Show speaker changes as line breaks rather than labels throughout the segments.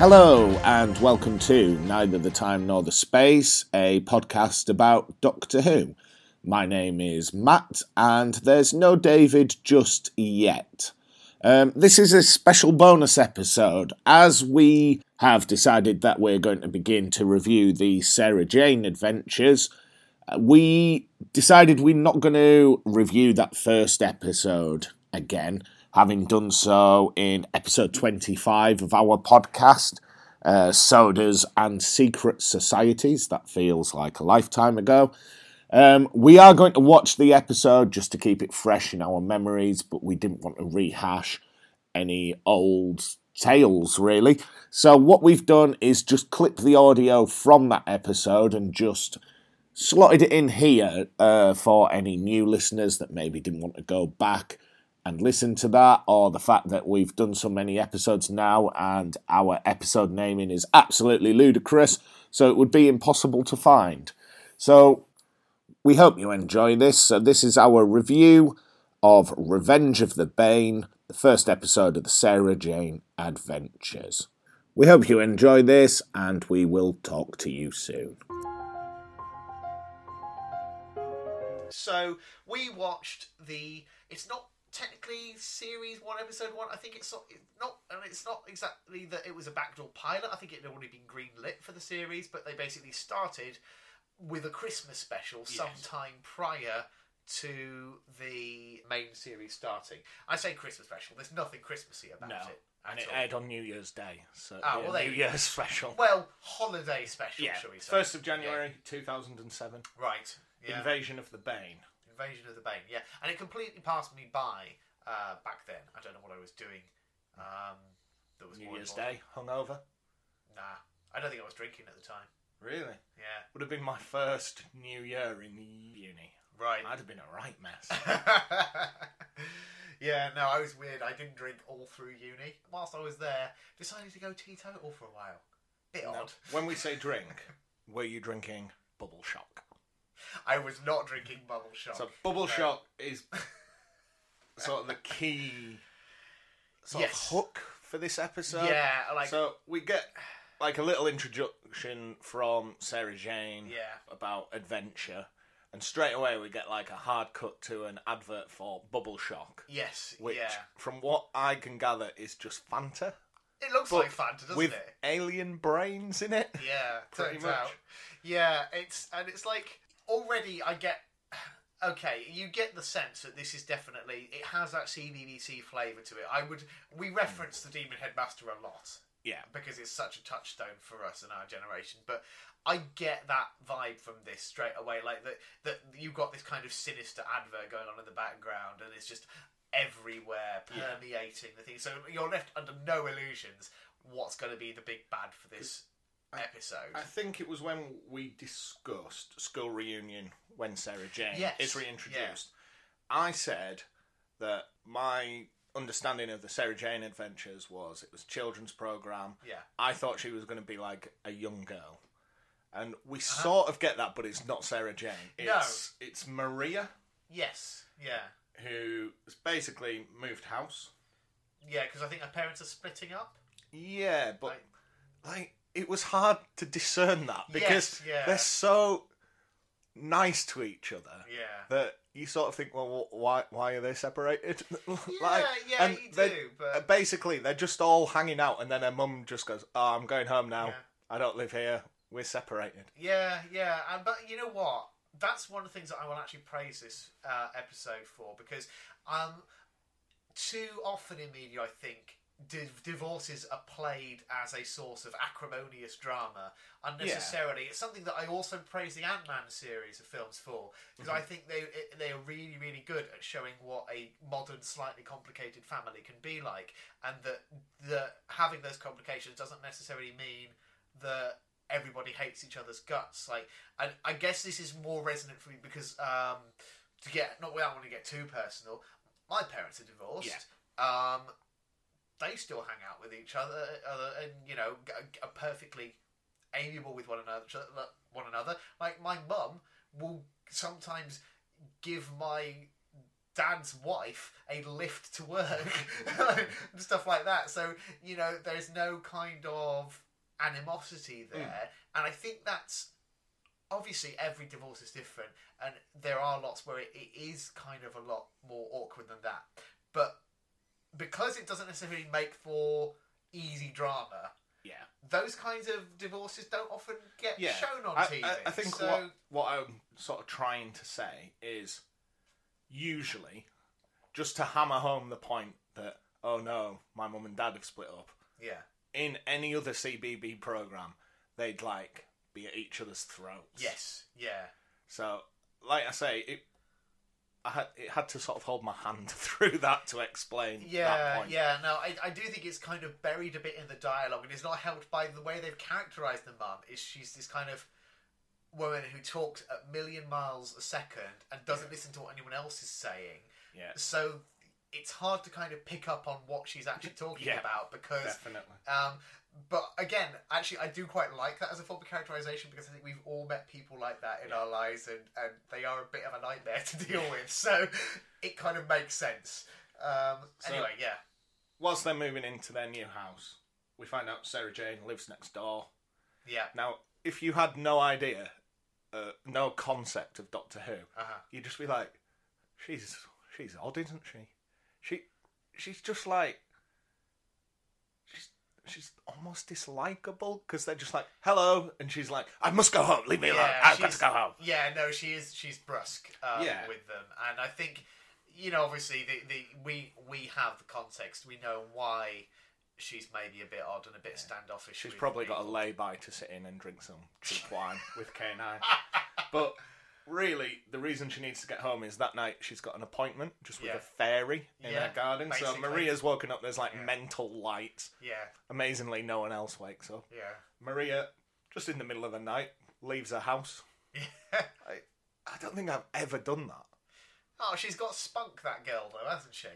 Hello, and welcome to Neither the Time Nor the Space, a podcast about Doctor Who. My name is Matt, and there's no David just yet. Um, this is a special bonus episode as we have decided that we're going to begin to review the Sarah Jane adventures. uh, We decided we're not going to review that first episode again, having done so in episode 25 of our podcast, uh, Sodas and Secret Societies. That feels like a lifetime ago. Um, we are going to watch the episode just to keep it fresh in our memories, but we didn't want to rehash any old tales, really. So, what we've done is just clip the audio from that episode and just slotted it in here uh, for any new listeners that maybe didn't want to go back and listen to that, or the fact that we've done so many episodes now and our episode naming is absolutely ludicrous, so it would be impossible to find. So, we hope you enjoy this. So, this is our review of Revenge of the Bane, the first episode of the Sarah Jane Adventures. We hope you enjoy this, and we will talk to you soon.
So we watched the. It's not technically series one, episode one. I think it's not. It's not and it's not exactly that it was a backdoor pilot. I think it had already been greenlit for the series, but they basically started with a Christmas special sometime prior to the main series starting. I say Christmas special. There's nothing Christmassy about
No,
it.
and
at
it
all.
aired on New Year's Day, so
Ah,
yeah,
well, there
New
you go.
Year's special.
Well, holiday special,
yeah,
shall we say?
first of January, two thousand and seven.
Yeah. Right. Yeah.
Invasion of the Bane.
Invasion of the Bane, yeah, and it completely passed me by uh, back then. I don't know what I was doing. Um, that was
New
more
Year's
important.
Day, hungover.
Nah, I don't think I was drinking at the time.
Really?
Yeah,
Would have been my first New Year in uni.
right.
I'd have been a right mess.
yeah, no, I was weird. I didn't drink all through uni. Whilst I was there, decided to go teetotal for a while. Bit
Now,
odd.
when we say drink, were you drinking Bubble Shock?
I was not drinking bubble shock.
So Bubble
No.
Shock is sort of the key sort
Yes.
of hook for this episode.
yeah, like
so we get like a little introduction from Sarah Jane
Yeah.
about adventure, and straight away we get like a hard cut to an advert for Bubble Shock,
yes,
which,
yeah.
from what I can gather, is just Fanta
It looks
but
like Fanta, doesn't
with
it?
alien brains in it.
Yeah,
Pretty
turns
much.
out. Yeah, it's and it's like already I get okay. You get the sense that this is definitely it has that CBBC flavour to it. I would we reference the Demon Headmaster a lot
Yeah,
because it's such a touchstone for us and our generation. But I get that vibe from this straight away, like that that you've got this kind of sinister advert going on in the background, and it's just everywhere
Yeah.
permeating the thing. So you're left under no illusions. What's going to be the big bad for this
I-
episode?
I think it was when we discussed school reunion when Sarah Jane
Yes,
is reintroduced. I said that my understanding of the Sarah Jane adventures was it was a children's program.
yeah,
I thought she was going to be like a young girl, and we sort of get that, but it's not Sarah Jane.
Uh-huh. No.
It's it's Maria
yes, yeah,
who has basically moved house.
yeah. Because I think her parents are splitting up.
Yeah, but
Like-
like it was hard to discern that
Yes,
because
yeah.
they're so nice to each other
Yeah,
that you sort of think, well, wh- why why are they separated?
yeah, yeah.
and
you
they-
do,
uh,
but
basically they're just all hanging out, and then her mum just goes, "Oh, I'm going home now.
Yeah.
I don't live here. We're separated."
Yeah, yeah, and but you know what? That's one of the things that I will actually praise this uh, episode for because um, too often in media, I think di- divorces are played as a source of acrimonious drama unnecessarily. It's something that I also praise the Ant Man series of films for because I think they it- they are really really good at showing what a modern, slightly complicated family can be like, and that that having those complications doesn't necessarily mean that everybody hates each other's guts. Like, and I guess this is more resonant for me because um, to get not without wanting to get too personal, my parents are divorced. Um, they still hang out with each other, other and you know, g- are perfectly amiable with one uh, another. One another, like my mum will sometimes give my dad's wife a lift to work and stuff like that. So you know, there's no kind of animosity
Hmm.
there, and I think that's obviously every divorce is different, and there are lots where it, it is kind of a lot more awkward than that. But because it doesn't necessarily make for easy drama,
Yeah.
those kinds of divorces don't often get
Yeah.
shown on
I,
TV.
I, I think
so,
what, what I'm sort of trying to say is usually just to hammer home the point that, oh no, my mum and dad have split up.
yeah,
In any other CBB program, they'd like be at each other's throats.
yes, yeah.
So, like I say, it I had it had to sort of hold my hand through that to explain that
Yeah,
point.
yeah. No, I, I do think it's kind of buried a bit in the dialogue, and it's not helped by the way they've characterised the mum. Is she's this kind of woman who talks a million miles a second and doesn't listen to what anyone else is saying.
Yeah,
So it's hard to kind of pick up on what she's actually talking
Yeah,
about because
definitely.
Um, but again, actually, I do quite like that as a form of characterization because I think we've all met people like that in our lives, and, and they are a bit of a nightmare to deal with. So it kind of makes sense. Um,
So-
anyway, yeah,
Whilst they're moving into their new house, we find out Sarah Jane lives next door.
yeah,
Now, if you had no idea, uh, no concept of Doctor Who,
uh-huh.
you'd just be like, "She's she's odd, isn't she? She she's just like." she's She's almost dislikable because they're just like, hello. And she's like, I must go home. Leave me alone.
Yeah,
I've got to
she's-
go home.
yeah. No, she is. She's brusque um,
Yeah.
with them, and I think you know, obviously, the, the we we have the context. We know why she's maybe a bit odd and a bit standoffish.
She's
with
probably got a
people.
lay by to sit in and drink some cheap wine with K9. But really, the reason she needs to get home is that night she's got an appointment just with
Yeah.
a fairy in
Yeah,
her garden.
basically.
So Maria's woken up, there's like
Yeah.
mental lights.
Yeah,
Amazingly, no one else wakes up.
yeah,
Maria, just in the middle of the night, leaves her house.
yeah.
I don't think I've ever done that.
Oh, she's got spunk, that girl, though, hasn't she?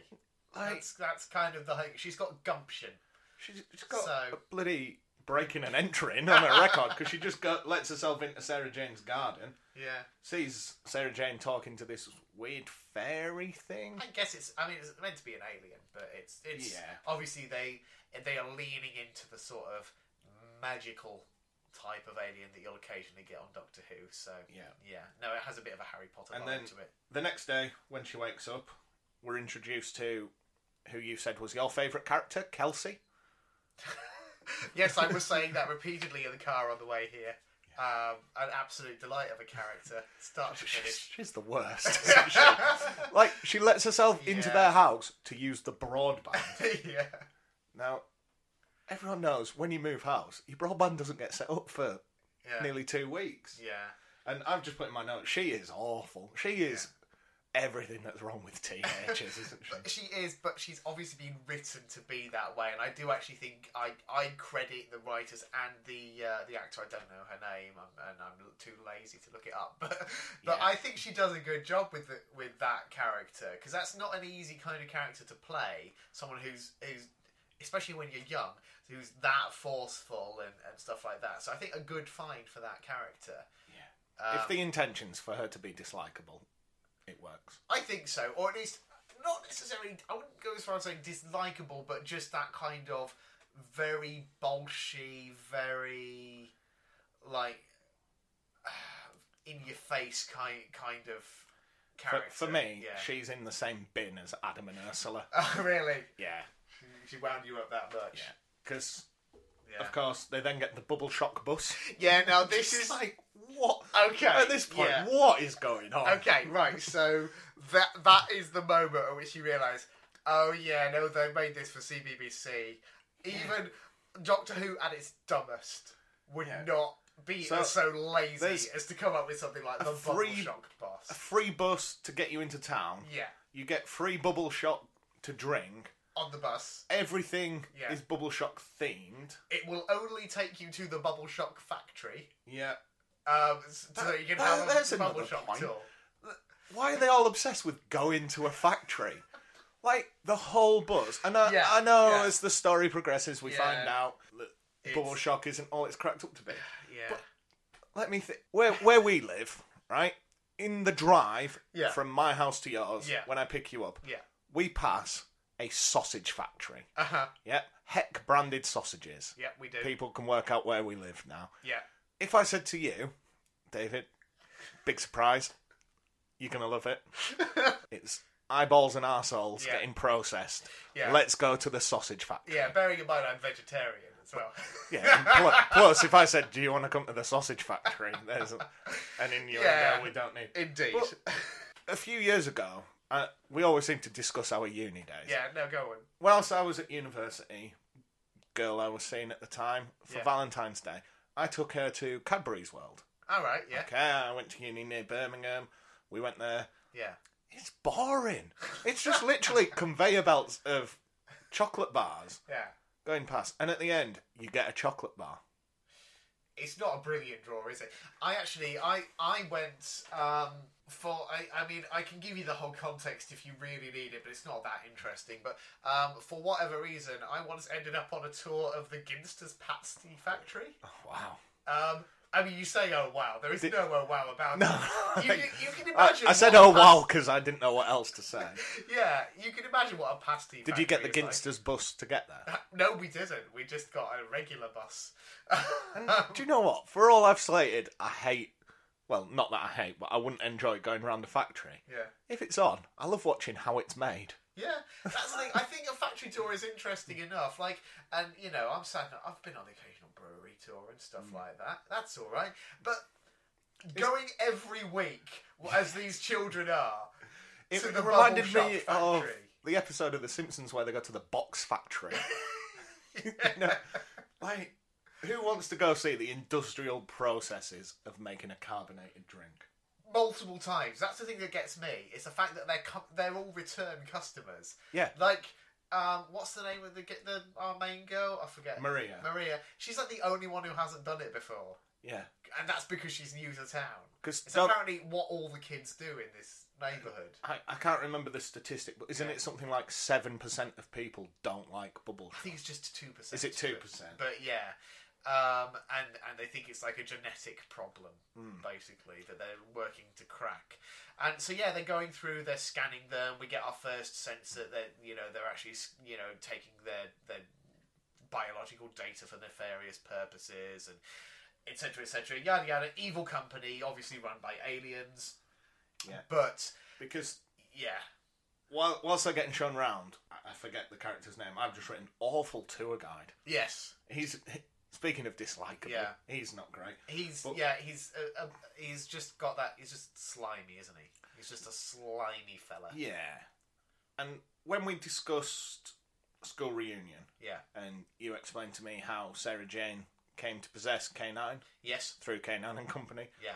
Like,
That's that's kind of the thing. She's got gumption.
she's, she's got
So-
a bloody breaking and entering on her record because she just go lets herself into Sarah Jane's garden.
Yeah.
sees Sarah Jane talking to this weird fairy thing.
I guess it's. I mean, it's meant to be an alien, but it's it's
Yeah.
obviously they they are leaning into the sort of magical type of alien that you'll occasionally get on Doctor Who. So
Yeah.
yeah. No, it has a bit of a Harry Potter
And
vibe
then-
to it.
The next day, when she wakes up, we're introduced to who you said was your favourite character, Kelsey.
Yes, I was saying that repeatedly in the car on the way here. Um, an absolute delight of a character, start to
She's,
finish.
she's the worst. isn't she? like, she lets herself into
Yeah.
their house to use the broadband.
yeah.
Now, everyone knows when you move house, your broadband doesn't get set up for
Yeah.
nearly two weeks.
Yeah.
And I've just put in my notes, she is awful. She is everything that's wrong with teenagers, isn't she?
She is, but she's obviously been written to be that way, and I do actually think I, I credit the writers and the uh, the actor. I don't know her name, I'm, and I'm too lazy to look it up, but but
Yeah.
I think she does a good job with the, with that character because that's not an easy kind of character to play. Someone who's who's especially when you're young, who's that forceful and, and stuff like that. So I think a good find for that character. Yeah.
if the intention's for her to be dislikable, it works.
I think so, or at least not necessarily. I wouldn't go as far as saying dislikable, but just that kind of very bolshy, very like in your face kind kind of
For,
character.
for me,
yeah.
she's in the same bin as Adam and Ursula.
Oh, really?
Yeah,
She wound you up that much?
yeah. Because
Yeah.
of course they then get the bubble shock bus.
Yeah. Now this
It's
is
like what?
okay.
At this point,
yeah.
what is going on?
Okay, right. So that that is the moment at which you realise, oh yeah, no, they made this for CBBC. Even Doctor Who at its dumbest would
Yeah.
not be
So,
so, lazy
there's
as to come up with something like the
free-
Bubble Shock
A
Boss.
free bus to get you into town.
Yeah,
You get free bubble shock to drink.
on the bus,
Everything
Yeah.
is bubble shock themed.
it will only take you to the Bubble Shock factory,
Yeah.
um, so that,
That-
you can
that-
have
that's
a Bubble
another
Shock
point.
tour.
Why are they all obsessed with going to a factory? Like the whole buzz. And I,
Yeah,
I know
yeah.
as the story progresses, we
Yeah.
find out that
It's-
Bubble Shock isn't all it's cracked up to be.
Yeah,
Let me think. Where where we live, right? in the drive
Yeah.
from my house to yours
Yeah.
when I pick you up,
Yeah.
we pass a sausage factory.
Uh huh.
Yeah, heck branded sausages.
Yeah, we do.
People can work out where we live now.
Yeah.
If I said to you, David, big surprise, you're gonna love it. it's eyeballs and arseholes
Yeah.
getting processed.
Yeah.
Let's go to the sausage factory.
Yeah, bearing in mind I'm vegetarian as well.
Yeah, and pl- plus, if I said, "Do you want to come to the sausage factory?" There's a, an innuendo
Yeah.
we don't need.
Indeed.
A few years ago, uh, we always seem to discuss our uni days.
yeah, no, go on.
Whilst I was at university, girl I was seeing at the time for
Yeah.
Valentine's Day, I took her to Cadbury's World.
All right, yeah.
Okay, I went to uni near Birmingham. We went there.
Yeah.
It's boring. It's just literally conveyor belts of chocolate bars
Yeah.
going past, and at the end, you get a chocolate bar.
It's not a brilliant draw, is it? I actually, I, I went um, for. I, I mean, I can give you the whole context if you really need it, but it's not that interesting. But um, for whatever reason, I once ended up on a tour of the Ginster's Pasty Factory.
Oh, wow.
Um, I mean, you say, "Oh wow," there is
Did-
no "oh wow" about
No.
it. You, can- you can
I,
imagine.
I said,
what a
oh,
pas-
wow, because I didn't know what else to say.
Yeah, you can imagine what a pasty.
Did you get the
factory is like.
Ginster's bus to get there?
No, we didn't. We just got a regular bus.
Do you know what? For all I've slated, I hate. Well, not that I hate, but I wouldn't enjoy going around the factory.
yeah.
If it's on, I love watching how it's made.
Yeah, that's the thing. I think a factory tour is interesting enough. Like, and you know, I'm sad. that I've been on the occasional brewery tour and stuff like that. That's all right. But going every week, as these children are,
It
to the
reminded
bubble
me
shop
of
factory.
the episode of The Simpsons where they go to the box factory. You know, like, who wants to go see the industrial processes of making a carbonated drink?
multiple times. That's the thing that gets me. It's the fact that they're cu- they're all return customers.
Yeah.
Like, um, what's the name of the get the our main girl? I forget.
Maria.
Maria. She's like the only one who hasn't done it before,
Yeah.
and that's because she's new to town.
Because
It's apparently what all the kids do in this neighborhood.
I, I can't remember the statistic, but isn't
Yeah.
it something like seven percent of people don't like bubble
I
sh-
think it's just two percent.
Is it 2%?
But yeah, um, and and they think it's like a genetic problem,
Hmm.
basically, that they're working to crack. And so yeah, they're going through, they're scanning them. We get our first sense that they're you know they're actually s- you know taking their their biological data for nefarious purposes and etc etc yada yada evil company obviously run by aliens
Yeah.
but
Because
yeah
while, whilst they're getting shown round, I, I forget the character's name. I've just written awful tour guide.
yes
He's speaking of dislikable.
Yeah.
He's not great.
He's
But-
yeah, he's uh, uh, he's just got that. He's just slimy, isn't he? He's just a slimy fella. Yeah,
Yeah. And when we discussed school reunion, and you explained to me how Sarah Jane came to possess K9
yes,
through K9 and Company,
yeah.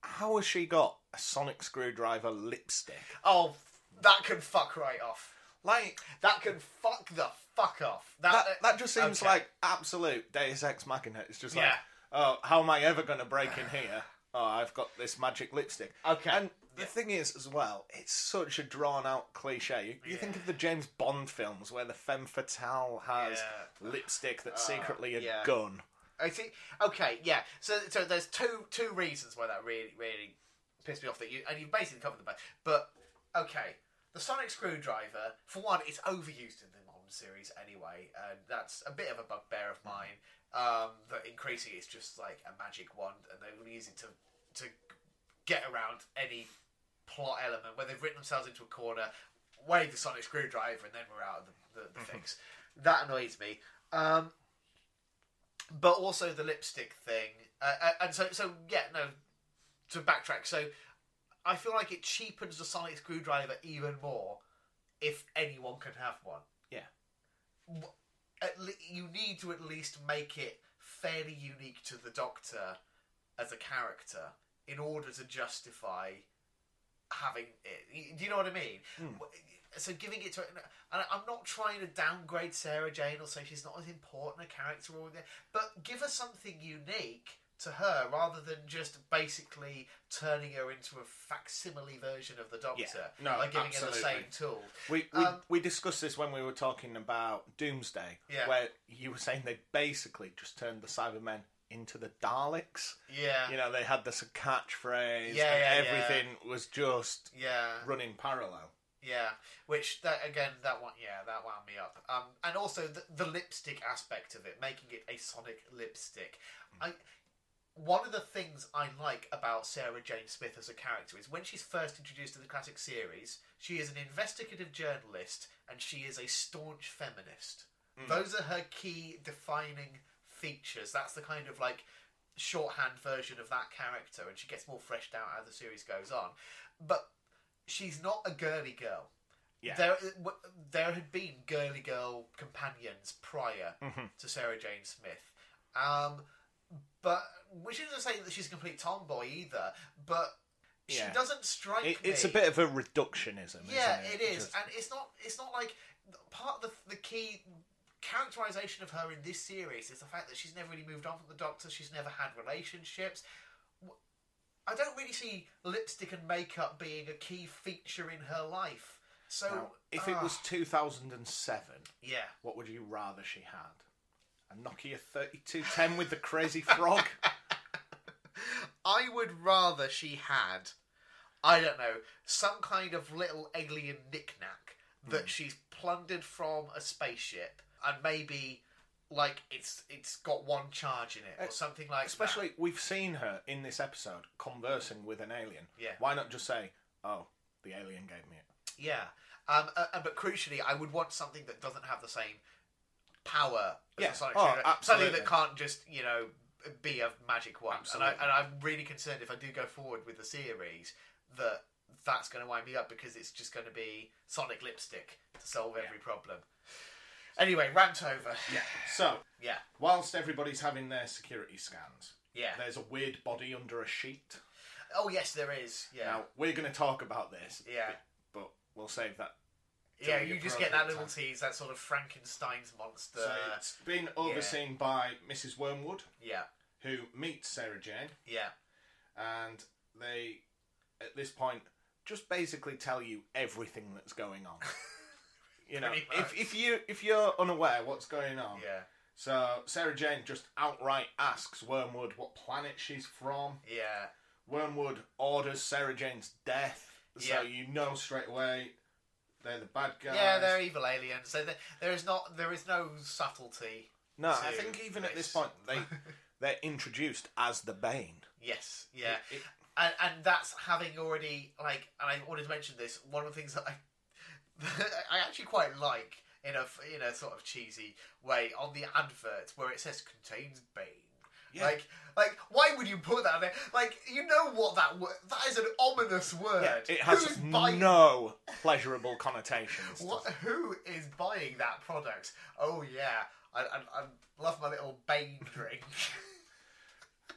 how has she got a sonic screwdriver lipstick?
Oh, f- that can fuck right off.
Like
That can fuck the fuck off. That
that, that just seems
uh, okay.
like absolute Deus Ex Machina. It's just like,
Yeah.
oh, how am I ever going to break in here? Oh, I've got this magic lipstick.
uh, Okay.
And the
Yeah.
thing is, as well, it's such a drawn out cliche. You, you think of the James Bond films where the femme fatale has
Yeah. Uh,
lipstick that's secretly a
yeah.
gun.
I see. Okay, yeah. So, so there's two two reasons why that really really pissed me off. That you and you basically covered them both. But okay, the sonic screwdriver. For one, it's overused in the modern series anyway, and that's a bit of a bugbear of mine. Um, that increasingly it's just like a magic wand, and they will use it to to get around any plot element where they've written themselves into a corner, wave the sonic screwdriver, and then we're out of the, the, the fix. That annoys me. Um, but also the lipstick thing, uh, uh, and so so yeah, no. To backtrack, so I feel like it cheapens the sonic screwdriver even more if anyone can have one.
Yeah.
W- At le- you need to at least make it fairly unique to the Doctor as a character in order to justify having it. Y- Do you know what I mean?
Hmm.
W- So giving it to, and I'm not trying to downgrade Sarah Jane or say she's not as important a character or anything, but give her something unique to her rather than just basically turning her into a facsimile version of the Doctor
Yeah. No,
by giving
absolutely.
her the same tool.
We, we,
Um,
we discussed this when we were talking about Doomsday,
Yeah.
where you were saying they basically just turned the Cybermen into the Daleks.
Yeah.
You know, they had this catchphrase,
Yeah, yeah,
and
yeah.
everything was just
yeah.
running parallel.
Yeah, which that again, that one, yeah, that wound me up. Um, and also the, the lipstick aspect of it, making it a Sonic lipstick. I one of the things I like about Sarah Jane Smith as a character is when she's first introduced to the classic series, she is an investigative journalist and she is a staunch feminist. Those are her key defining features. That's the kind of like shorthand version of that character, and she gets more fleshed out as the series goes on. But she's not a girly girl.
Yeah.
There, w- there had been girly girl companions prior to Sarah Jane Smith, um, but which isn't to say that she's a complete tomboy either. But
Yeah.
she doesn't strike
It,
me.
it's a bit of a reductionism.
Yeah,
isn't
it
it
is,
Just-
and it's not. It's not like part of the, the key characterization of her in this series is the fact that she's never really moved on from the Doctor. She's never had relationships. W- I don't really see lipstick and makeup being a key feature in her life. So
Now, if it
ah,
was 2007,
yeah,
what would you rather she had? A Nokia 3210 with the crazy frog?
I would rather she had, I don't know, some kind of little alien knickknack that she's plundered from a spaceship, and maybe like it's it's got one charge in it or something like
Especially, we've seen her in this episode conversing with an alien.
Yeah.
Why not just say, oh, the alien gave me it?
that. yeah. Um, uh, uh, but crucially, I would want something that doesn't have the same power. As
Yeah.
the Sonic
Oh,
Trigger. something
absolutely.
that can't just you know be a magic wand. And, I,
Absolutely.
and I'm really concerned if I do go forward with the series that that's going to wind me up because it's just going to be Sonic lipstick to solve every problem. Anyway, rant over.
Yeah. So,
Yeah,
whilst everybody's having their security scans,
yeah.
there's a weird body under a sheet.
Oh yes, there is. Yeah,
Now, we're going to talk about this,
yeah,
but we'll save that. till
yeah.
the
You just get that
appropriate
little
time.
tease, that sort of Frankenstein's monster.
So, it's been overseen by Mrs. Wormwood,
yeah,
who meets Sarah Jane.
yeah.
and they at this point just basically tell you everything that's going on. you know,
Pretty much.
if, if you if you're unaware what's going on,
Yeah,
so Sarah Jane just outright asks Wormwood what planet she's from.
yeah,
Wormwood orders Sarah Jane's death,
Yeah.
so you know straight away they're the bad guys.
yeah. They're evil aliens. So there, there is not, there is no subtlety.
no, I
to
think even at
this.
this point they they're introduced as the Bane.
Yes, yeah,
It- it-
and and that's having already like, and I wanted to mention this. One of the things that I, I actually quite like in a in a sort of cheesy way on the advert where it says contains Bane.
Yeah.
Like, like, why would you put that there? Like, you know what that word? That is an ominous word.
yeah, it has
Who's buying
no pleasurable connotations.
What? Who is buying that product? Oh yeah, I, I, I love my little Bane drink.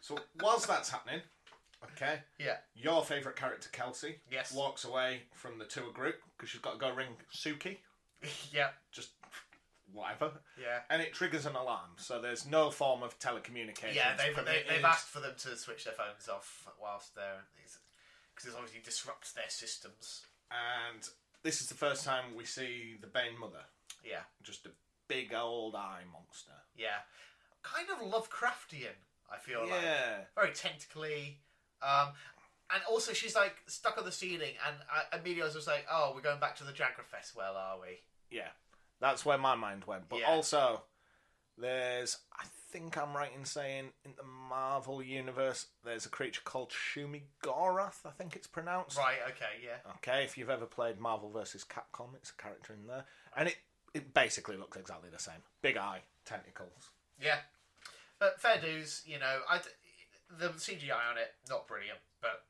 So whilst that's happening, okay,
yeah,
your favourite character Kelsey
Yes.
walks away from the tour group because she's got to go ring Suki,
yeah,
just whatever,
yeah.
and it triggers an alarm. So there's no form of telecommunication.
Yeah, they've, they, they've asked for them to switch their phones off whilst they're because it obviously disrupts their systems.
and this is the first time we see the Bane mother,
Yeah,
just a big old eye monster.
yeah, kind of Lovecraftian. I feel like
yeah,
very tentacly, um, and also she's like stuck on the ceiling. And I, immediately I was just like, "Oh, we're going back to the Jagrafest well, are we?"
yeah, that's where my mind went. But
Yeah.
also, there's I think I'm right in saying in the Marvel universe there's a creature called Shumi Gorath. I think it's pronounced.
Right? Okay. Yeah.
Okay, if you've ever played Marvel vs. Capcom, it's a character in there, and it it basically looks exactly the same. Big eye, tentacles.
Yeah. But fair dues, you know, I d- the CGI on it not brilliant, but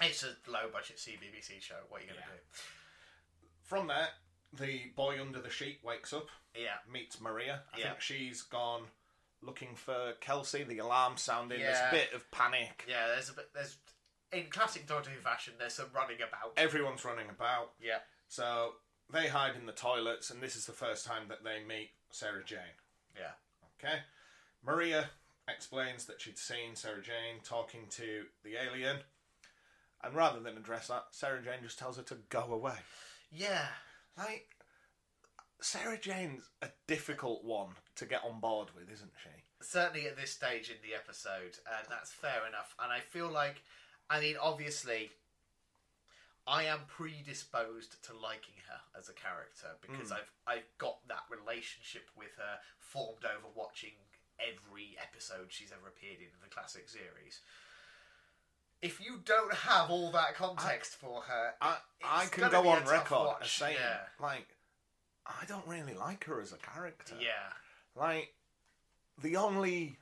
it's a low budget CBBC show. What are you going to
Yeah. From there, the boy under the sheet wakes up,
do? Yeah.
meets Maria. I
Yeah.
think she's gone looking for Kelsey. The alarm sounding. There's
Yeah.
a bit of panic.
Yeah, there's a bit. There's in classic Doctor Who fashion. There's some running about.
Everyone's running about.
Yeah,
So they hide in the toilets, and this is the first time that they meet Sarah Jane.
yeah,
Okay, Maria explains that she'd seen Sarah Jane talking to the alien, and rather than address that, Sarah Jane just tells her to go away.
yeah,
Like, Sarah Jane's a difficult one to get on board with, isn't she?
certainly at this stage in the episode, and that's fair enough. And I feel like, I mean, obviously, I am predisposed to liking her as a character because
Hmm.
I've I've got that relationship with her formed over watching every episode she's ever appeared in the classic series. If you don't have all that context for her,
I,
It's
I can
gonna
go
be a
on
tough
record as
watch,
saying,
yeah.
like, I don't really like her as a character.
yeah,
Like, the only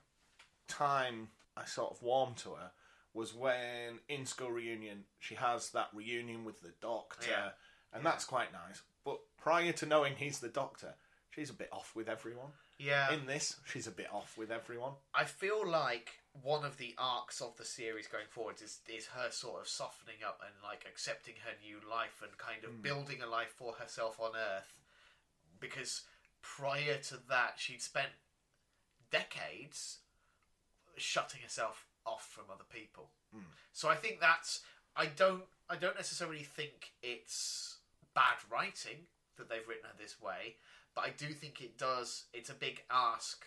time I sort of warmed to her was when in school reunion she has that reunion with the doctor,
Yeah.
and
Yeah.
that's quite nice. But prior to knowing he's the doctor, she's a bit off with everyone.
yeah.
in this, she's a bit off with everyone.
I feel like one of the arcs of the series going forward is is her sort of softening up and like accepting her new life and kind of building a life for herself on Earth. Because prior to that, she'd spent decades shutting herself off from other people. So I think that's I don't I don't necessarily think it's bad writing that they've written her this way, but I do think it does it's a big ask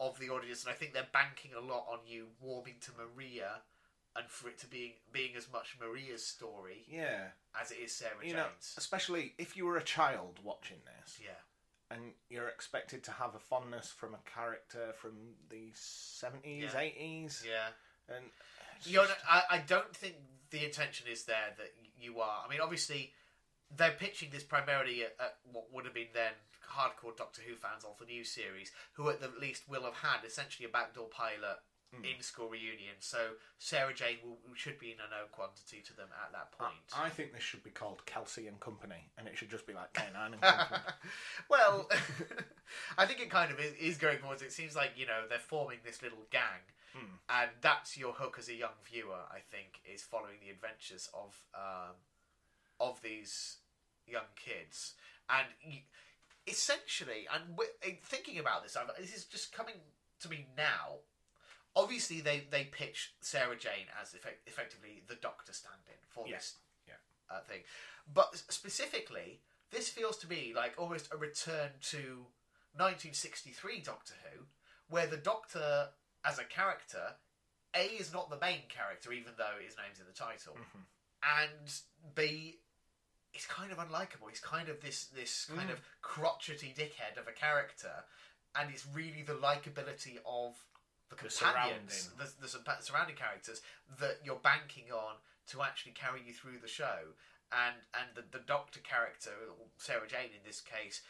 of the audience, and I think they're banking a lot on you warming to Maria, and for it to being being as much Maria's story
Yeah,
as it is Sarah
you
Jane's.
know, especially if you were a child watching this
yeah,
and you're expected to have a fondness from a character from the seventies,
Yeah.
eighties,
yeah.
and it's
You're
just-
I, I don't think the intention is there that you are. I mean, obviously, they're pitching this primarily at, at what would have been then hardcore Doctor Who fans of the new series, who at the least will have had essentially a backdoor pilot in school reunion. So Sarah Jane will, should be in a known quantity to them at that point.
I think this should be called Kelsey and Company, and it should just be like K Nine and Company.
well, I think it kind of is, is going towards. It seems like you know they're forming this little gang, and that's your hook as a young viewer. I think is following the adventures of um, of these young kids, and y essentially, and wi- in thinking about this, I've, this is just coming to me now. Obviously, they they pitch Sarah Jane as effect, effectively the Doctor stand-in for
Yeah.
this
Yeah.
uh, thing, but s- specifically, this feels to me like almost a return to 1963 Doctor Who, where the Doctor as a character, a is not the main character, even though his name's in the title,
Mhm.
and b he's kind of unlikable. He's kind of this this kind
Mm.
of crotchety dickhead of a character, and it's really the likability of the
The
companions, the, the, surpa- surrounding characters that you're banking on to actually carry you through the show. And and the, the doctor character, or Sarah Jane in this case,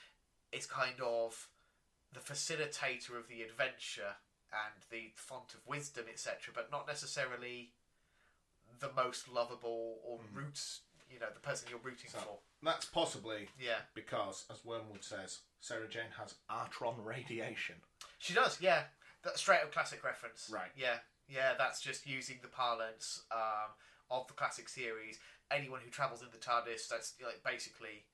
is kind of the facilitator of the adventure and the font of wisdom, etc., but not necessarily the most lovable or roots, you know, the person you're rooting
Mm-hmm. So-
for.
That's possibly
Yeah,
because, as Wormwood says, Sarah Jane has Artron radiation.
she does. Yeah, that straight up classic reference.
Right.
Yeah, yeah. That's just using the parlance um, of the classic series. Anyone who travels in the TARDIS, that's like basically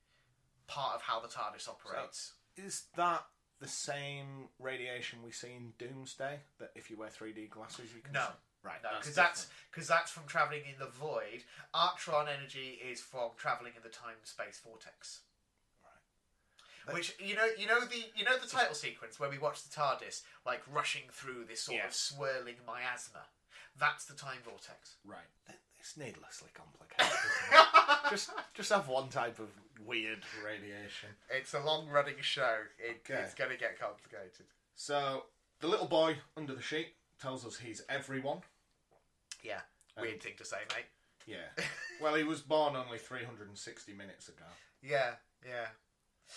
part of how the TARDIS operates.
Is that the same radiation we see in Doomsday? That if you wear 3D glasses, you can
No.
see? right?
No, because that's because that's from traveling in the void. Artron energy is from traveling in the time space vortex.
That-
Which you know, you know the you know the title sequence where we watch the TARDIS like rushing through this sort
Yeah.
of swirling miasma. That's the time vortex.
Right. It's needlessly complicated. just just have one type of weird radiation.
It's a long running show. It,
Okay.
It's going to get complicated.
So the little boy under the sheet tells us he's everyone.
Yeah, weird thing to say, mate.
Yeah. well, he was born only 360 minutes ago,
Yeah, yeah.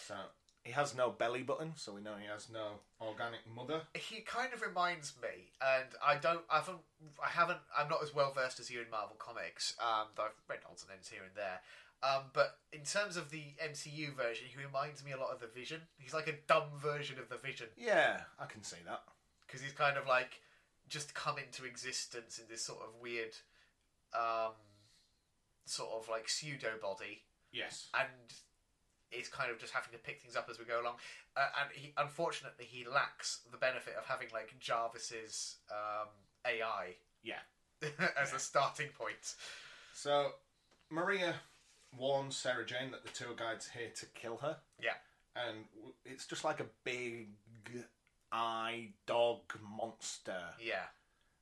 so he has no belly button, so we know he has no organic mother.
he kind of reminds me, and I don't, I haven't, I haven't, I'm not as well versed as you in Marvel comics. Um, though I've read odds and ends here and there. Um, but in terms of the MCU version, he reminds me a lot of the Vision. He's like a dumb version of the Vision
Yeah, I can see that.
because he's kind of like just come into existence in this sort of weird, um, sort of like pseudo body
Yes.
and is kind of just having to pick things up as we go along. Uh, and he, unfortunately, he lacks the benefit of having like Jarvis's um, AI
Yeah.
as a starting point.
So Maria warns Sarah Jane that the tour guide's here to kill her.
Yeah.
and w- it's just like a big eye dog monster,
Yeah.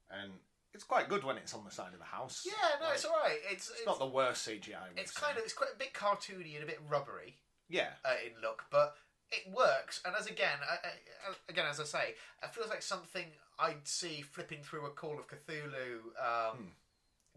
and it's quite good when it's on the side of the house.
Yeah, no, it's
Like,
alright. It's,
it's not the worst CGI. we've
it's kind
seen.
of it's quite a bit cartoony and a bit rubbery
yeah,
uh, in look, but it works. And as again, I, I, again as I say, it feels like something I'd see flipping through a Call of Cthulhu um,
Hmm.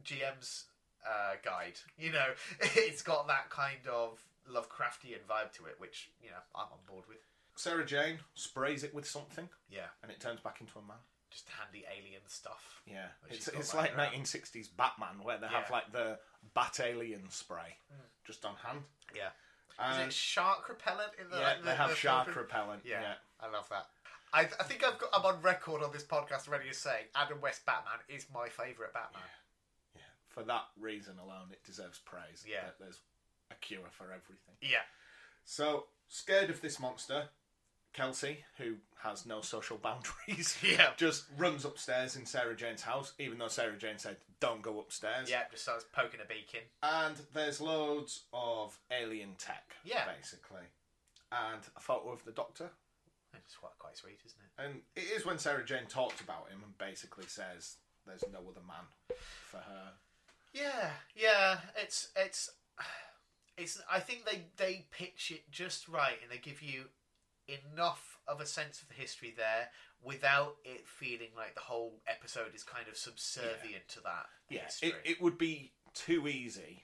GM's uh, guide. You know, it's got that kind of Lovecraftian vibe to it, which you know I'm on board with.
Sarah Jane sprays it with something,
Yeah,
and it turns back into a man.
just handy alien stuff.
Yeah,
Which
it's,
she's got
it's
lying
like
around.
1960s Batman, where they have
Yeah.
like the bat alien spray just on hand.
Yeah, is
And
it shark repellent in the?
yeah,
like, the-
they have
the
shark
filtering?
repellent.
Yeah,
Yeah.
I love that. I, I think I've got, I'm on record on this podcast already as saying Adam West Batman is my favourite Batman.
yeah. For that reason alone, it deserves praise.
Yeah.
that there's a cure for everything.
Yeah.
So scared of this monster, Kelsey, who has no social boundaries,
Yeah.
just runs upstairs in Sarah Jane's house, even though Sarah Jane said don't go
Yeah,
upstairs.
just starts poking a beacon.
And there's loads of alien tech,
Yeah.
basically. And a photo of the doctor.
It's quite, quite sweet, isn't it?
And it is when Sarah Jane talks about him and basically says there's no other man for her.
Yeah, yeah. It's it's it's. I think they they pitch it just right, and they give you enough of a sense of the history there without it feeling like the whole episode is kind of subservient to that
Yes.
history.
it, it would be too easy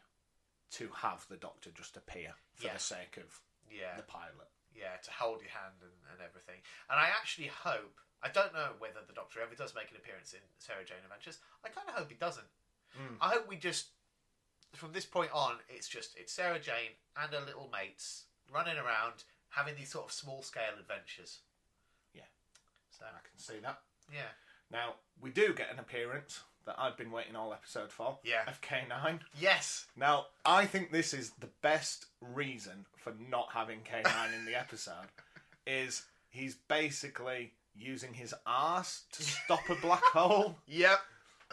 to have the doctor just appear for
Yeah.
the sake of
yeah.
the pilot.
yeah, to hold your hand and, and everything. And I actually hope I don't know whether the Doctor ever does make an appearance in Sarah Jane Adventures. I kind of hope he doesn't.
Mm.
I hope we just from this point on, it's just it's Sarah Jane and her little mates running around having these sort of small scale adventures.
Yeah.
So
I can see that.
yeah,
Now, we do get an appearance that I've been waiting all episode for
Yeah.
of K9.
yes,
Now, I think this is the best reason for not having K9 in the episode is he's basically using his ass to stop a black hole.
yep,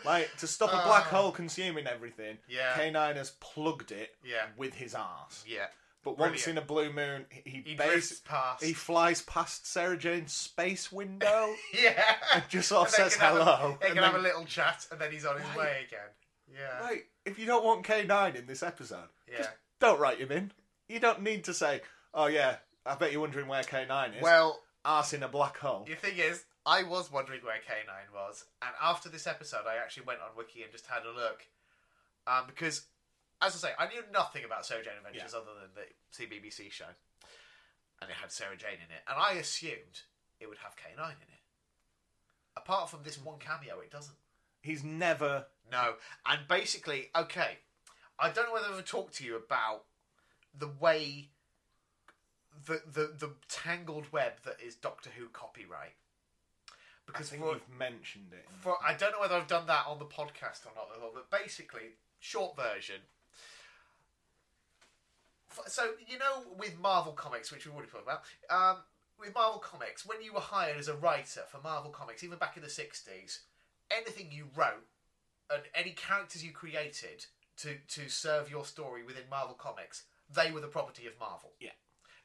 Like to stop a black
Ah.
hole consuming everything.
Yeah.
K9 has plugged it
Yeah.
with his ass.
yeah.
But once
Brilliant.
in a blue moon, he,
He
he
drifts
basically
past.
he flies past Sarah Jane's space window
yeah,
and just sort of
And they
says
can have a-
hello.
They
and
can have
then-
a little chat, and then he's on his
Right.
way again. Yeah,
Like, if you don't want K9 in this episode,
yeah.
just don't write him in. You don't need to say, oh yeah, I bet you're wondering where K9 is.
Well,
Arse in a black hole.
The thing is, I was wondering where K9 was, and after this episode, I actually went on Wiki and just had a look. Um, because, as I say, I knew nothing about Sarah Jane Adventures other than the CBBC show, and it had Sarah Jane in it, and I assumed it would have K9 in it. Apart from this one cameo, it doesn't.
He's never.
No, and basically, okay, I don't know whether I've ever talked to you about the way the the, the tangled web that is Doctor Who copyright.
I
Because
think
for,
you've mentioned it.
for I don't know whether I've done that on the podcast or not, at all, but basically, short version. f- So you know, with Marvel Comics, which we've already talked about, um, with Marvel Comics, when you were hired as a writer for Marvel Comics, even back in the sixties, anything you wrote and any characters you created to to serve your story within Marvel Comics, they were the property of Marvel.
Yeah.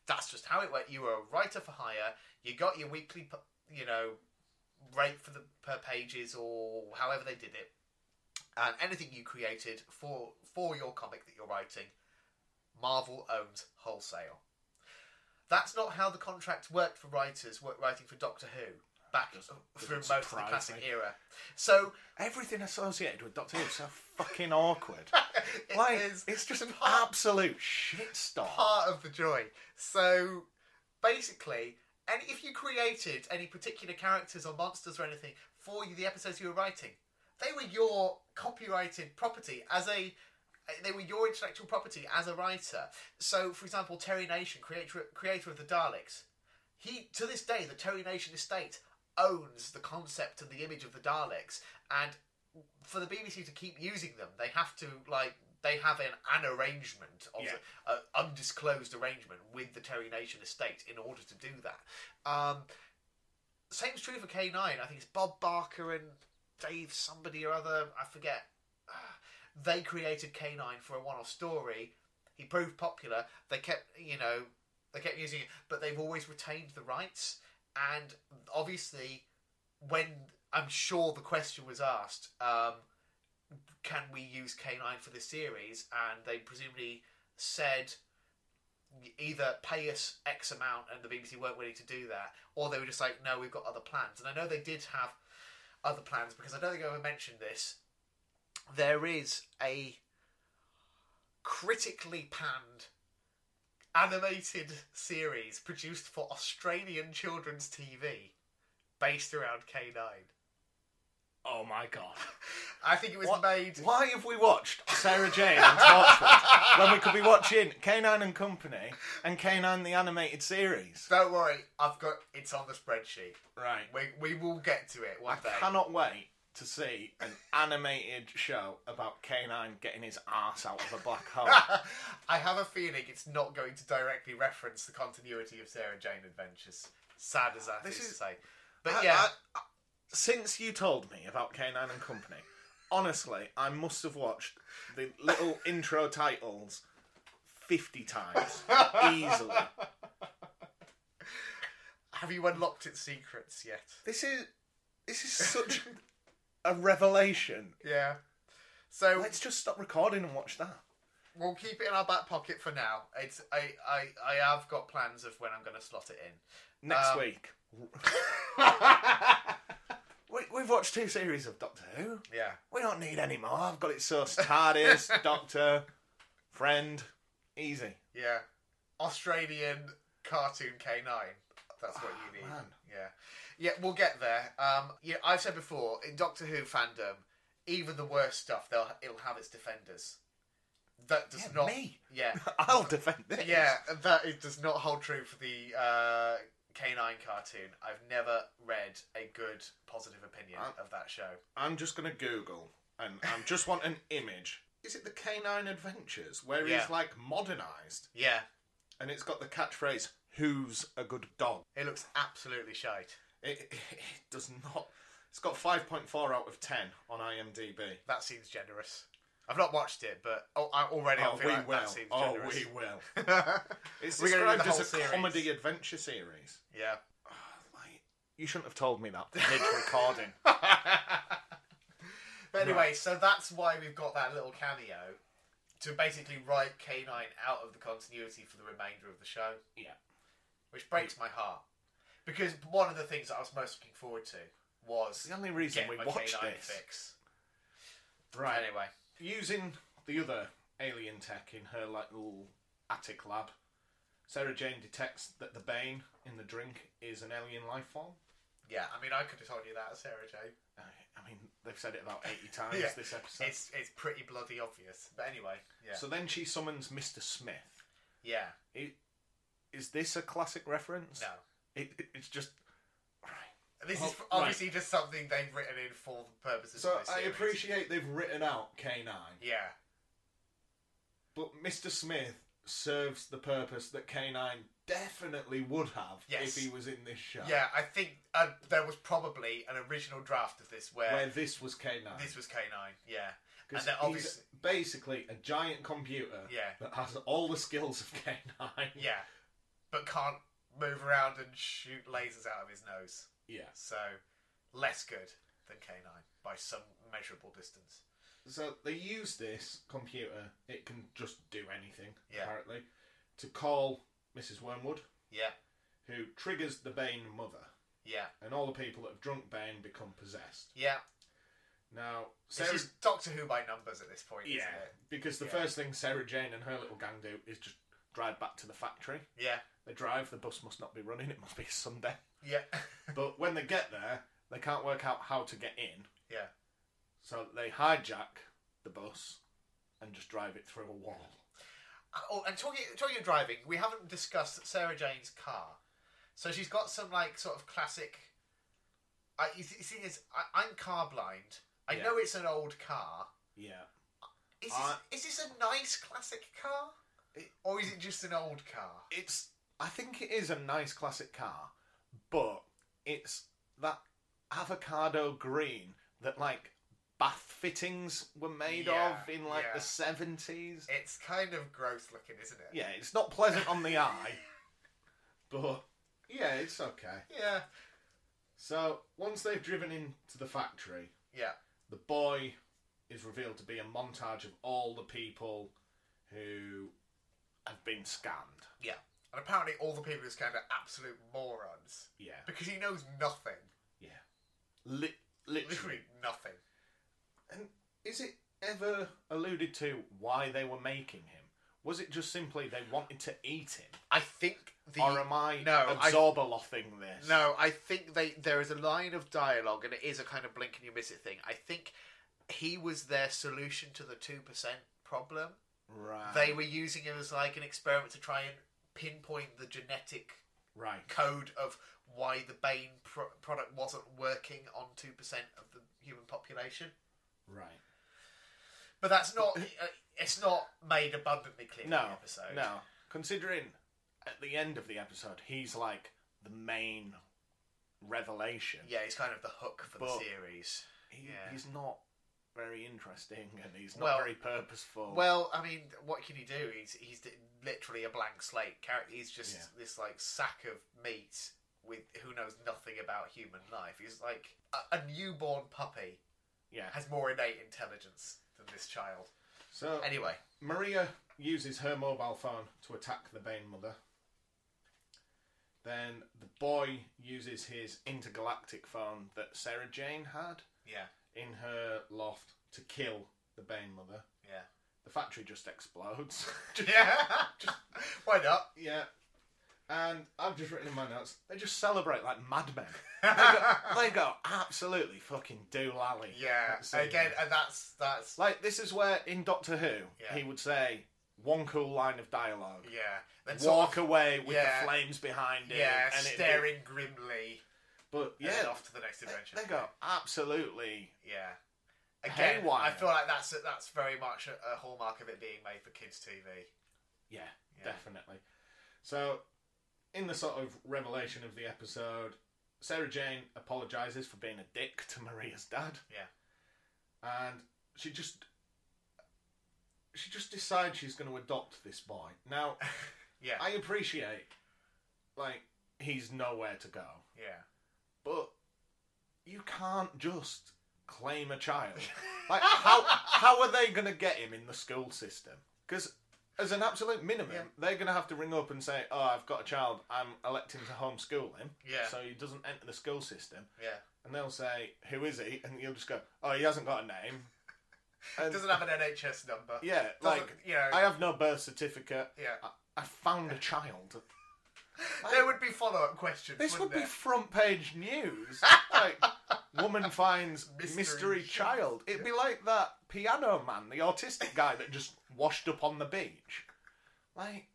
that's just how it went. You were a writer for hire. You got your weekly, p- you know, rate for the per pages or however they did it, and anything you created for for your comic that you're writing, Marvel owns wholesale. That's not how the contracts worked for writers wor- writing for Doctor Who back
Doesn't-
through most
doesn't
of the
surprise
classic
me.
era. So
Everything associated with Doctor Who is so fucking awkward.
it
Like,
is-
it's just an
part-
absolute shitstorm.
part of the joy. So basically, and if you created any particular characters or monsters or anything for you, the episodes you were writing, they were your copyrighted property as a. They were your intellectual property as a writer. So, for example, Terry Nation, creator creator of the Daleks, he to this day the Terry Nation estate owns the concept and the image of the Daleks, and for the BBC to keep using them, they have to like they have an, an arrangement of
Yeah.
the, uh, undisclosed arrangement with the Terry Nation estate in order to do that. Um, same's true for K9. I think it's Bob Barker and Dave somebody or other. I forget. They created K9 for a one-off story. He proved popular. They kept, you know, they kept using it, but they've always retained the rights. And obviously, when I'm sure the question was asked, um, can we use K9 for the series? And they presumably said either pay us X amount and the BBC weren't willing to do that, or they were just like, no, we've got other plans. And I know they did have other plans because I don't think I ever mentioned this. There is a critically panned animated series produced for Australian children's TV based around K9.
Oh my god.
I think it was
What-
made.
Why have we watched Sarah Jane and Torchwood when we could be watching K9 and Company and K9 the animated series?
Don't worry, I've got it's on the spreadsheet.
Right.
We, we will get to it
I
one day.
cannot wait to see an animated show about K9 getting his ass out of a black hole.
I have a feeling it's not going to directly reference the continuity of Sarah Jane Adventures. Sad as that is
This
to
is-
say, but
I-
yeah,
I- I- since you told me about K9 and Company, honestly, I must have watched the little intro titles 50 times easily.
have you unlocked its secrets yet?
This is this is such a revelation.
Yeah. So
Let's just stop recording and watch that.
we'll keep it in our back pocket for now. It's I I, I have got plans of when I'm going to slot it in.
Next
Um,
week. We, we've watched two series of Doctor Who.
yeah.
We don't need any more. I've got it sussed. TARDIS, Doctor, Friend. Easy.
Yeah. Australian cartoon K9. That's what
Ah,
you need.
man.
Yeah. Yeah, we'll get there. Um, yeah, I've said before, in Doctor Who fandom, even the worst stuff, they'll it'll have its defenders. That does
Yeah,
not.
me.
Yeah.
I'll defend this.
yeah, that it does not hold true for the uh, K9 cartoon. I've never read a good positive opinion
Uh,
of that show.
I'm just going to Google and I am just want an image. Is it the Canine Adventures where
Yeah.
he's like modernized
Yeah,
and it's got the catchphrase "Who's a good dog"?
it looks absolutely shite.
It, it, it does not. It's got 5.4 out of 10 on IMDb.
That seems generous. I've not watched it, but oh, I already I
Oh,
feel
we
like
will.
that seems
Oh,
generous.
we will. It's
We're gonna do
described
the
as
whole
a
series.
comedy adventure series.
yeah.
Oh, like, you shouldn't have told me that mid recording.
but anyway, so that's why we've got that little cameo to basically write K9 out of the continuity for the remainder of the show.
Yeah.
Which breaks my heart. Because one of the things that I was most looking forward to was
the only reason
get
we
my
watched
K9
this.
fix.
Right.
Anyway.
Using the other alien tech in her like little attic lab, Sarah Jane detects that the bane in the drink is an alien life form.
Yeah, I mean, I could have told you that, Sarah Jane.
I I mean, they've said it about 80 times
Yeah.
this episode.
It's it's pretty bloody obvious. But anyway, yeah.
So then she summons Mr. Smith.
yeah.
I- Is this a classic reference?
No.
It, it- it's just. Right.
This
Oh,
is
right.
obviously just something they've written in for the purposes
So
of this
I
series.
appreciate they've written out K9,
Yeah.
but Mr. Smith serves the purpose that K9 definitely would have
Yes.
if he was in this show.
Yeah, I think uh, there was probably an original draft of this where,
Where this was K9.
this was K9. Yeah, and
Because
then obviously,
basically a giant computer
Yeah.
that has all the skills of K9.
yeah, but can't move around and shoot lasers out of his nose.
Yeah.
So less good than K9 by some measurable distance.
So they use this computer, it can just do anything,
Yeah.
apparently, to call Mrs. Wormwood,
Yeah,
who triggers the Bane mother,
yeah,
and all the people that have drunk Bane become possessed.
yeah.
Now,
It's
Sarah.
just Doctor Who by numbers at this point,
yeah,
isn't it?
because the
Yeah.
first thing Sarah Jane and her little gang do is just drive back to the factory.
Yeah,
They drive, the bus must not be running, it must be Sunday.
yeah,
But when they get there, they can't work out how to get in.
Yeah.
So they hijack the bus and just drive it through a wall.
Oh, and talking talking of driving, we haven't discussed Sarah Jane's car. So she's got some like sort of classic. I you see, thing is, I, I'm car blind. I
Yeah.
know it's an old car.
Yeah.
Is this,
I-
is this a nice classic car,
It-
or is it just an old car?
It's I think it is a nice classic car, but it's that avocado green that like bath fittings were made
Yeah,
of in like
yeah.
the 70s.
It's kind of gross looking, isn't it?
Yeah, it's not pleasant on the eye, but Yeah, it's okay.
Yeah.
So once they've driven into the factory,
Yeah.
the boy is revealed to be a montage of all the people who have been scammed.
Yeah. And apparently, all the people who scammed are absolute morons
Yeah,
because he knows nothing.
yeah, Li- literally.
Literally nothing.
And is it ever alluded to why they were making him? Was it just simply they wanted to eat him,
I think the
or am I
no, I-
absorbaloffing this?
No, I think they there is a line of dialogue, and it is a kind of blink and you miss it thing. I think he was their solution to the two percent problem.
right,
They were using him as like an experiment to try and pinpoint the genetic
right.
code of why the Bane pro- product wasn't working on two percent of the human population.
Right.
But that's not. uh, It's not made abundantly clear
No.
in the episode.
No. Considering at the end of the episode, he's like the main revelation.
Yeah, he's kind of the hook for
But-
the series.
He,
yeah.
He's not very interesting and he's not
Well-
very purposeful.
Well, I mean, what can you do? He's he's literally a blank slate character. He's just
Yeah.
this like sack of meat with who knows nothing about human life. He's like a, a newborn puppy
yeah.
has more innate intelligence than this child.
So
Anyway,
Maria uses her mobile phone to attack the Bane mother. Then the boy uses his intergalactic phone that Sarah Jane had
yeah,
in her loft to kill the Bane mother.
yeah,
The factory just explodes.
yeah. Why not?
Yeah. And I've just written in my notes, they just celebrate like madmen. They go, they go absolutely fucking doolally.
Yeah.
That scene.
Again, and that's that's
Like, this is where in Doctor Who,
Yeah.
he would say, one cool line of dialogue.
yeah. Then sort
Walk
of-
away with
yeah.
the flames behind him.
yeah,
and it'd be-
staring grimly.
but
Yeah. And
yeah,
off to the next adventure.
they go absolutely.
Yeah. Again,
Haywire.
I feel like that's that's very much a, a hallmark of it being made for kids' TV.
Yeah,
Yeah.
definitely. So, in the sort of revelation of the episode, Sarah Jane apologizes for being a dick to Maria's dad.
Yeah.
and she just she just decides she's going to adopt this boy. Now,
Yeah,
I appreciate like he's nowhere to go,
yeah.
but you can't just claim a child. Like how how are they going to get him in the school system? Because as an absolute minimum,
Yeah.
they're going to have to ring up and say, "Oh, I've got a child. I'm electing to homeschool him,
Yeah.
so he doesn't enter the school system."
yeah.
And they'll say, "Who is he?" And you'll just go, "Oh, he hasn't got a name." And-
Doesn't have an NHS number.
yeah,
Doesn't-
like
you know,
I have no birth certificate.
yeah.
I, I found a child.
there would be follow-up questions.
This would
wouldn't
be
there?
front page news. like woman finds mystery,
Mystery
child. It'd be like that piano man, the autistic guy that just washed up on the beach. Like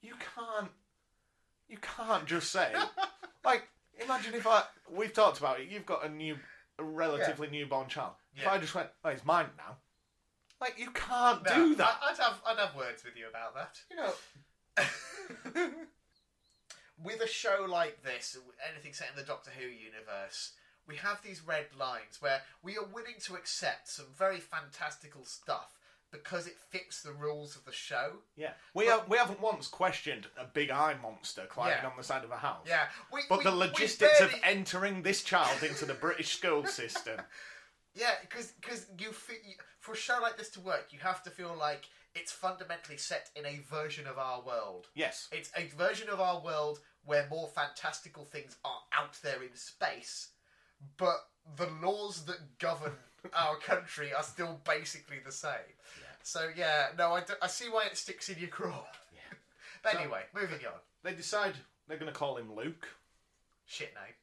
you can't, you can't just say. like imagine if I we've talked about it. You've got a new, a relatively newborn child. If
Yeah.
I just went, oh, it's mine now. Like you can't
No,
do that.
I, would have I'd have words with you about that.
you know.
With a show like this, anything set in the Doctor Who universe, we have these red lines where we are willing to accept some very fantastical stuff because it fits the rules of the show.
Yeah, we
But-
have, we haven't once questioned a big eye monster climbing
Yeah.
on the side of a house.
Yeah, we,
But
we-
the
we
logistics of
barely-
entering this child into the British school system.
Yeah, because you fe- you- for a show like this to work, you have to feel like it's fundamentally set in a version of our world.
Yes.
It's a version of our world where more fantastical things are out there in space, but the laws that govern our country are still basically the same. So yeah, no, I, do- I see why it sticks in your craw.
Yeah.
But
So-
anyway, moving on.
They decide they're going to call him Luke.
shit name.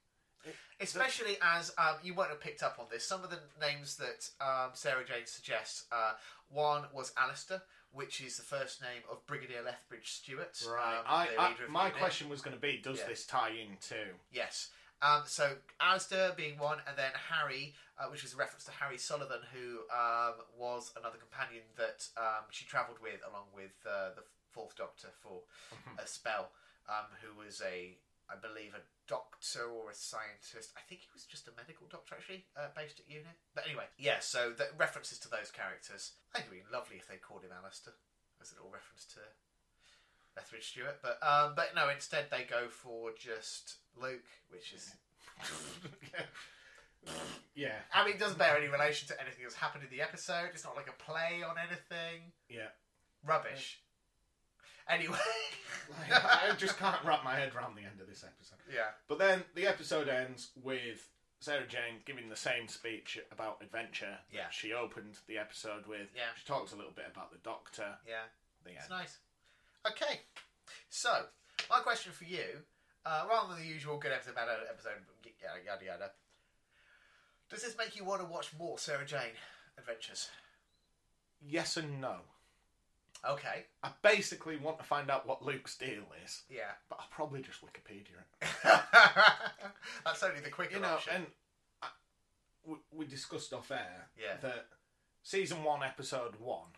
Especially as um, you won't have picked up on this. Some of the names that um, Sarah Jane suggests. Uh, one was Alistair, which is the first name of Brigadier Lethbridge Stewart. um,
I,
the
I-
leader of the
my
unit.
question was going to be does
Yeah.
this tie in to.
Yes. Um, so Alistair being one, and then Harry, uh, which was a reference to Harry Sullivan, who um, was another companion that um, she travelled with along with uh, the Fourth Doctor for a spell, um, who was a, I believe, a doctor or a scientist. I think he was just a medical doctor actually, uh, based at UNIT. But anyway, yeah. So the references to those characters. I think it'd be lovely if they called him Alistair as a little reference to Lethbridge Stewart, but um, but no, instead they go for just Luke, which is.
Yeah,
I mean, it doesn't bear any relation to anything that's happened in the episode. It's not like a play on anything.
yeah.
Rubbish. Anyway.
Like, I just can't wrap my head around the end of this episode.
yeah.
But then the episode ends with Sarah Jane giving the same speech about adventure that
Yeah.
she opened the episode with.
Yeah.
She talks a little bit about the doctor.
Yeah.
The
It's
end.
nice. Okay, so my question for you, uh, rather than the usual good episode, bad episode, yada yada yada, does this make you want to watch more Sarah Jane adventures?
Yes and no.
Okay,
I basically want to find out what Luke's deal is,
yeah,
but I'll probably just Wikipedia it.
that's only the quicker
You know,
option.
and I, we, we discussed off air
Yeah.
that season one, episode one,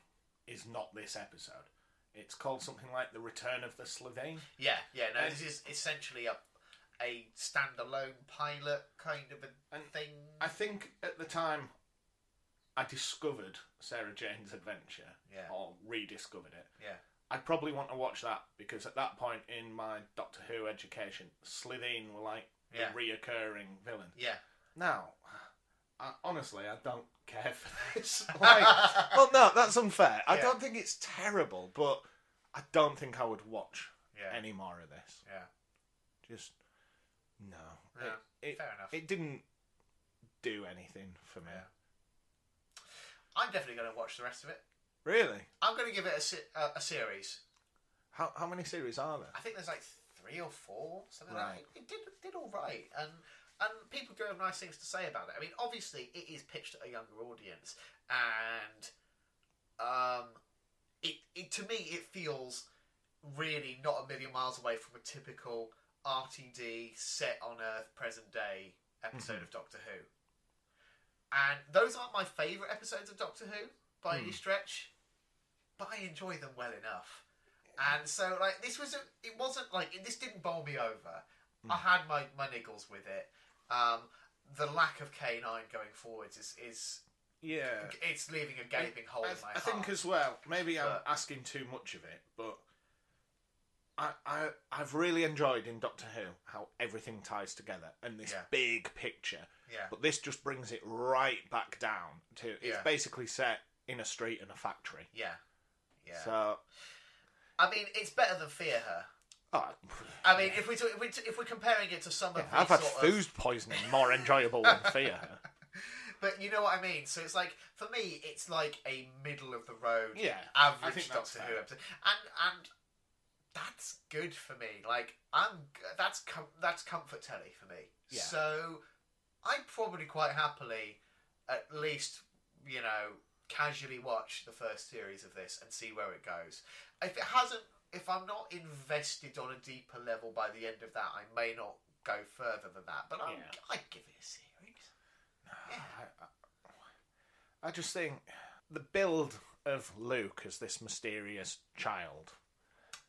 is not this episode. It's called something like The Return of the Slovene.
yeah, yeah. No,
and-
this is essentially a a standalone pilot kind of a
And
thing.
I think at the time I discovered Sarah Jane's Adventure,
Yeah.
or rediscovered it,
yeah,
I'd probably want to watch that because at that point in my Doctor Who education, Slitheen were like
Yeah.
the reoccurring villain.
yeah.
Now, I, honestly, I don't care for this. Like, well, no, that's unfair. I
Yeah.
don't think it's terrible, but I don't think I would watch
yeah,
any more of this.
yeah.
Just no.
No,
it, it,
Fair enough.
it didn't do anything for me.
Yeah. I'm definitely going to watch the rest of it.
Really?
I'm going to give it a, se- uh, a, a series.
How, how many series are there?
I think there's like three or four, something
Right.
like that. It did did all right, and and people do have nice things to say about it. I mean, obviously, it is pitched at a younger audience, and um, it, it to me it feels really not a million miles away from a typical RTD set on Earth present day episode
Mm-hmm.
of Doctor Who. And those aren't my favourite episodes of Doctor Who by
Hmm.
any stretch, but I enjoy them well enough. And so, like, this was a, it wasn't like this didn't bowl me over. I
Hmm.
had my, my niggles with it. Um, the lack of K nine going forwards is is
Yeah.
it's leaving a gaping hole
I,
in my
I
heart.
think as well. Maybe I'm
Oh, But-
asking too much of it, but I, I I've really enjoyed in Doctor Who how everything ties together and this
Yeah.
big picture.
yeah,
But this just brings it right back down to it's
Yeah.
basically set in a street and a factory.
yeah, yeah.
So
I mean, it's better than Fear Her.
oh,
I mean, if we talk, if we if we're comparing it to some of
yeah,
the
I've had
sort
food poisoning more enjoyable than fear.
of, but you know what I mean. So it's like for me, it's like a middle of the road,
Yeah, I
average
think that's
Doctor Who
fair.
episode, and and that's good for me. Like I'm g- that's com- that's comfort telly for me.
Yeah.
So I probably quite happily, at least you know, casually watch the first series of this and see where it goes. If it hasn't, if I'm not invested on a deeper level by the end of that, I may not go further than that. But I
Yeah.
I give it a series.
I just think the build of Luke as this mysterious child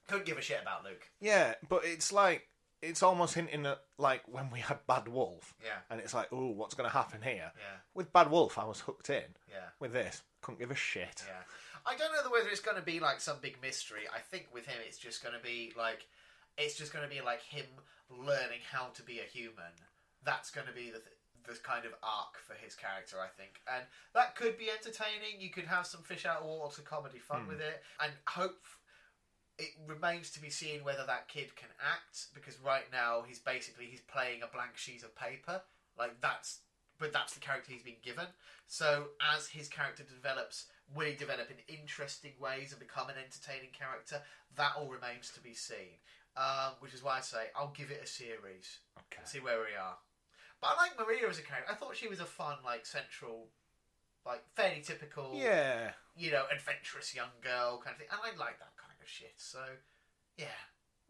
Couldn't give a shit about Luke.
Yeah, but it's like it's almost hinting at like when we had Bad Wolf,
Yeah,
and it's like, oh, what's going to happen here?
yeah,
With Bad Wolf, I was hooked in.
yeah.
With this, couldn't give a shit.
Yeah. I don't know whether it's going to be like some big mystery. I think with him, it's just going to be like, it's just going to be like him learning how to be a human. That's going to be the. Th- the kind of arc for his character, I think, and that could be entertaining. You could have some fish out of water comedy fun with it, and hope it remains to be seen whether that kid can act because right now he's basically he's playing a blank sheet of paper, like that's but that's the character he's been given. So as his character develops, will he develop in interesting ways and become an entertaining character? That all remains to be seen. Um, which is why I say I'll give it a series.
Okay.
See where we are. But I like Maria as a character. I thought she was a fun, like central, like fairly typical,
Yeah.
you know, adventurous young girl kind of thing. And I like that kind of shit. So yeah,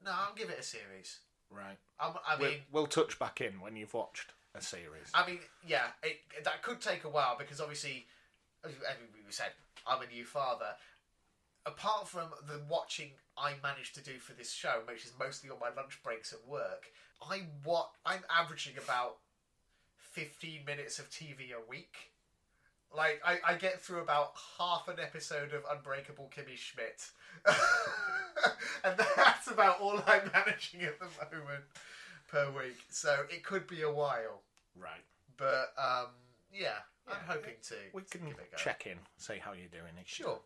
no, I'll give it a series.
Right.
I, I mean,
we'll, we'll touch back in when you've watched a series.
I mean, yeah, it, that could take a while because obviously, as we- as we said, I'm a new father. Apart from the watching I managed to do for this show, which is mostly on my lunch breaks at work, I what I'm averaging about fifteen minutes of TV a week. Like I, I get through about half an episode of Unbreakable Kimmy Schmidt, and that's about all I'm managing at the moment per week. So it could be a while,
Right.
but um, yeah, I'm
Yeah,
hoping to.
We
to
can
give it a go.
check in, see how you're doing. each
Sure.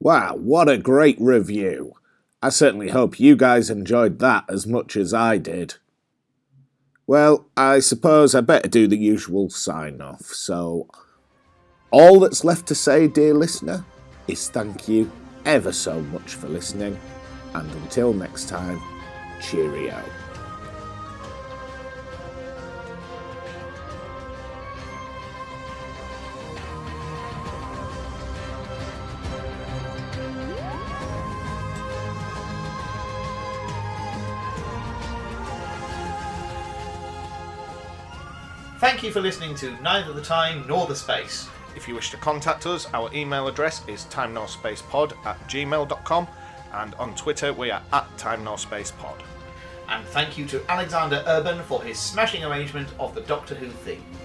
Wow, what a great review. I certainly hope you guys enjoyed that as much as I did. Well, I suppose I better do the usual sign off, so all that's left to say, dear listener, is thank you ever so much for listening, and until next time, cheerio.
Thank you for listening to Neither the Time Nor the Space.
If you wish to contact us, our email address is timenorspacepod at gmail.com and on Twitter we are at timenorspacepod.
And thank you to Alexander Urban for his smashing arrangement of the Doctor Who theme.